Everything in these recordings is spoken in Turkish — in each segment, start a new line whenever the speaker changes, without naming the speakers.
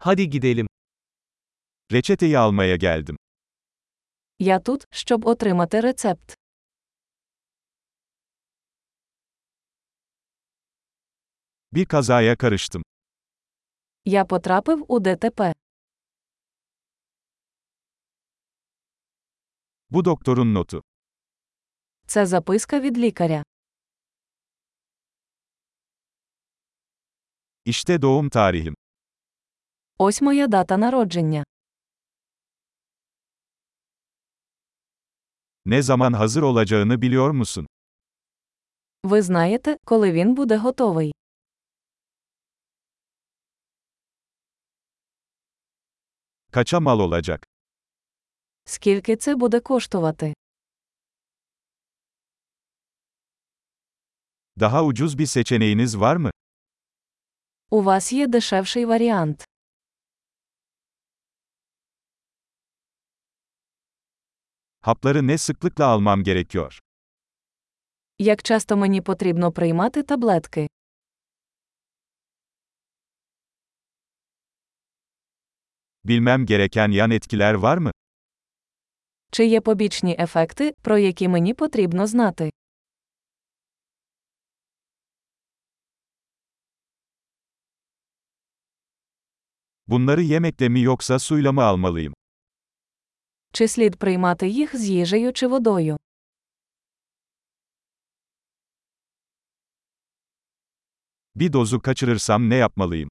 Hadi gidelim. Reçeteyi almaya geldim.
Я тут, щоб отримати рецепт.
Bir kazaya karıştım.
Я потрапив у ДТП.
Bu doktorun notu.
Це записка від лікаря.
İşte doğum tarihim.
Ось моя дата народження.
Ne zaman hazır olacağını biliyor musun?
Ви знаєте, коли він буде готовий.
Kaça mal olacak?
Скільки це буде коштувати?
Daha ucuz bir seçeneğiniz var mı?
У вас є дешевший варіант.
Hapları ne sıklıkla almam gerekiyor?
Як часто мені потрібно приймати таблетки?
Bilmem gereken yan etkiler var mı?
Чи є побічні ефекти, про які мені потрібно знати?
Bunları yemekle mi yoksa suyla mı almalıyım?
Чи слід приймати їх з їжею чи водою?
Bir dozu kaçırırsam ne yapmalıyım?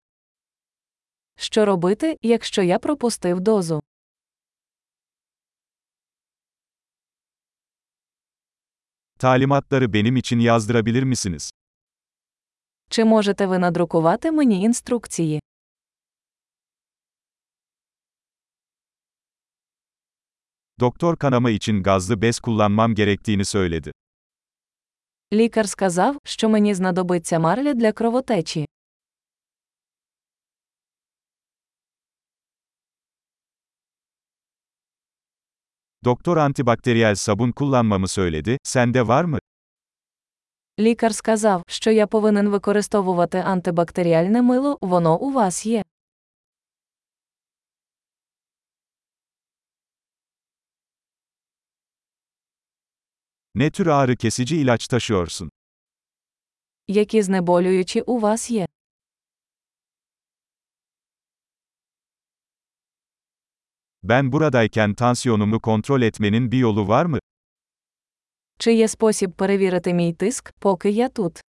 Що робити, якщо я пропустив дозу?
Talimatları benim için yazdırabilir misiniz?
Чи можете ви надрукувати мені інструкції?
Doktor kanama için gazlı bez kullanmam gerektiğini söyledi.
Лікар сказав, що мені знадобиться марля для кровотечі.
Doktor antibakteriyel sabun kullanmamı söyledi, sende var mı?
Лікар сказав, що я повинен використовувати антибактеріальне мило, воно у вас є.
Ne tür ağrı kesici ilaç taşıyorsun?
Які знеболюючі у вас є?
Ben buradayken tansiyonumu kontrol etmenin bir yolu var mı?
Чи є спосіб перевірити мій тиск, поки я тут?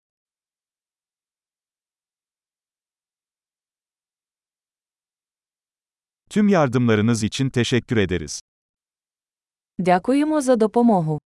Tüm yardımlarınız için teşekkür ederiz.
Дякуємо за допомогу.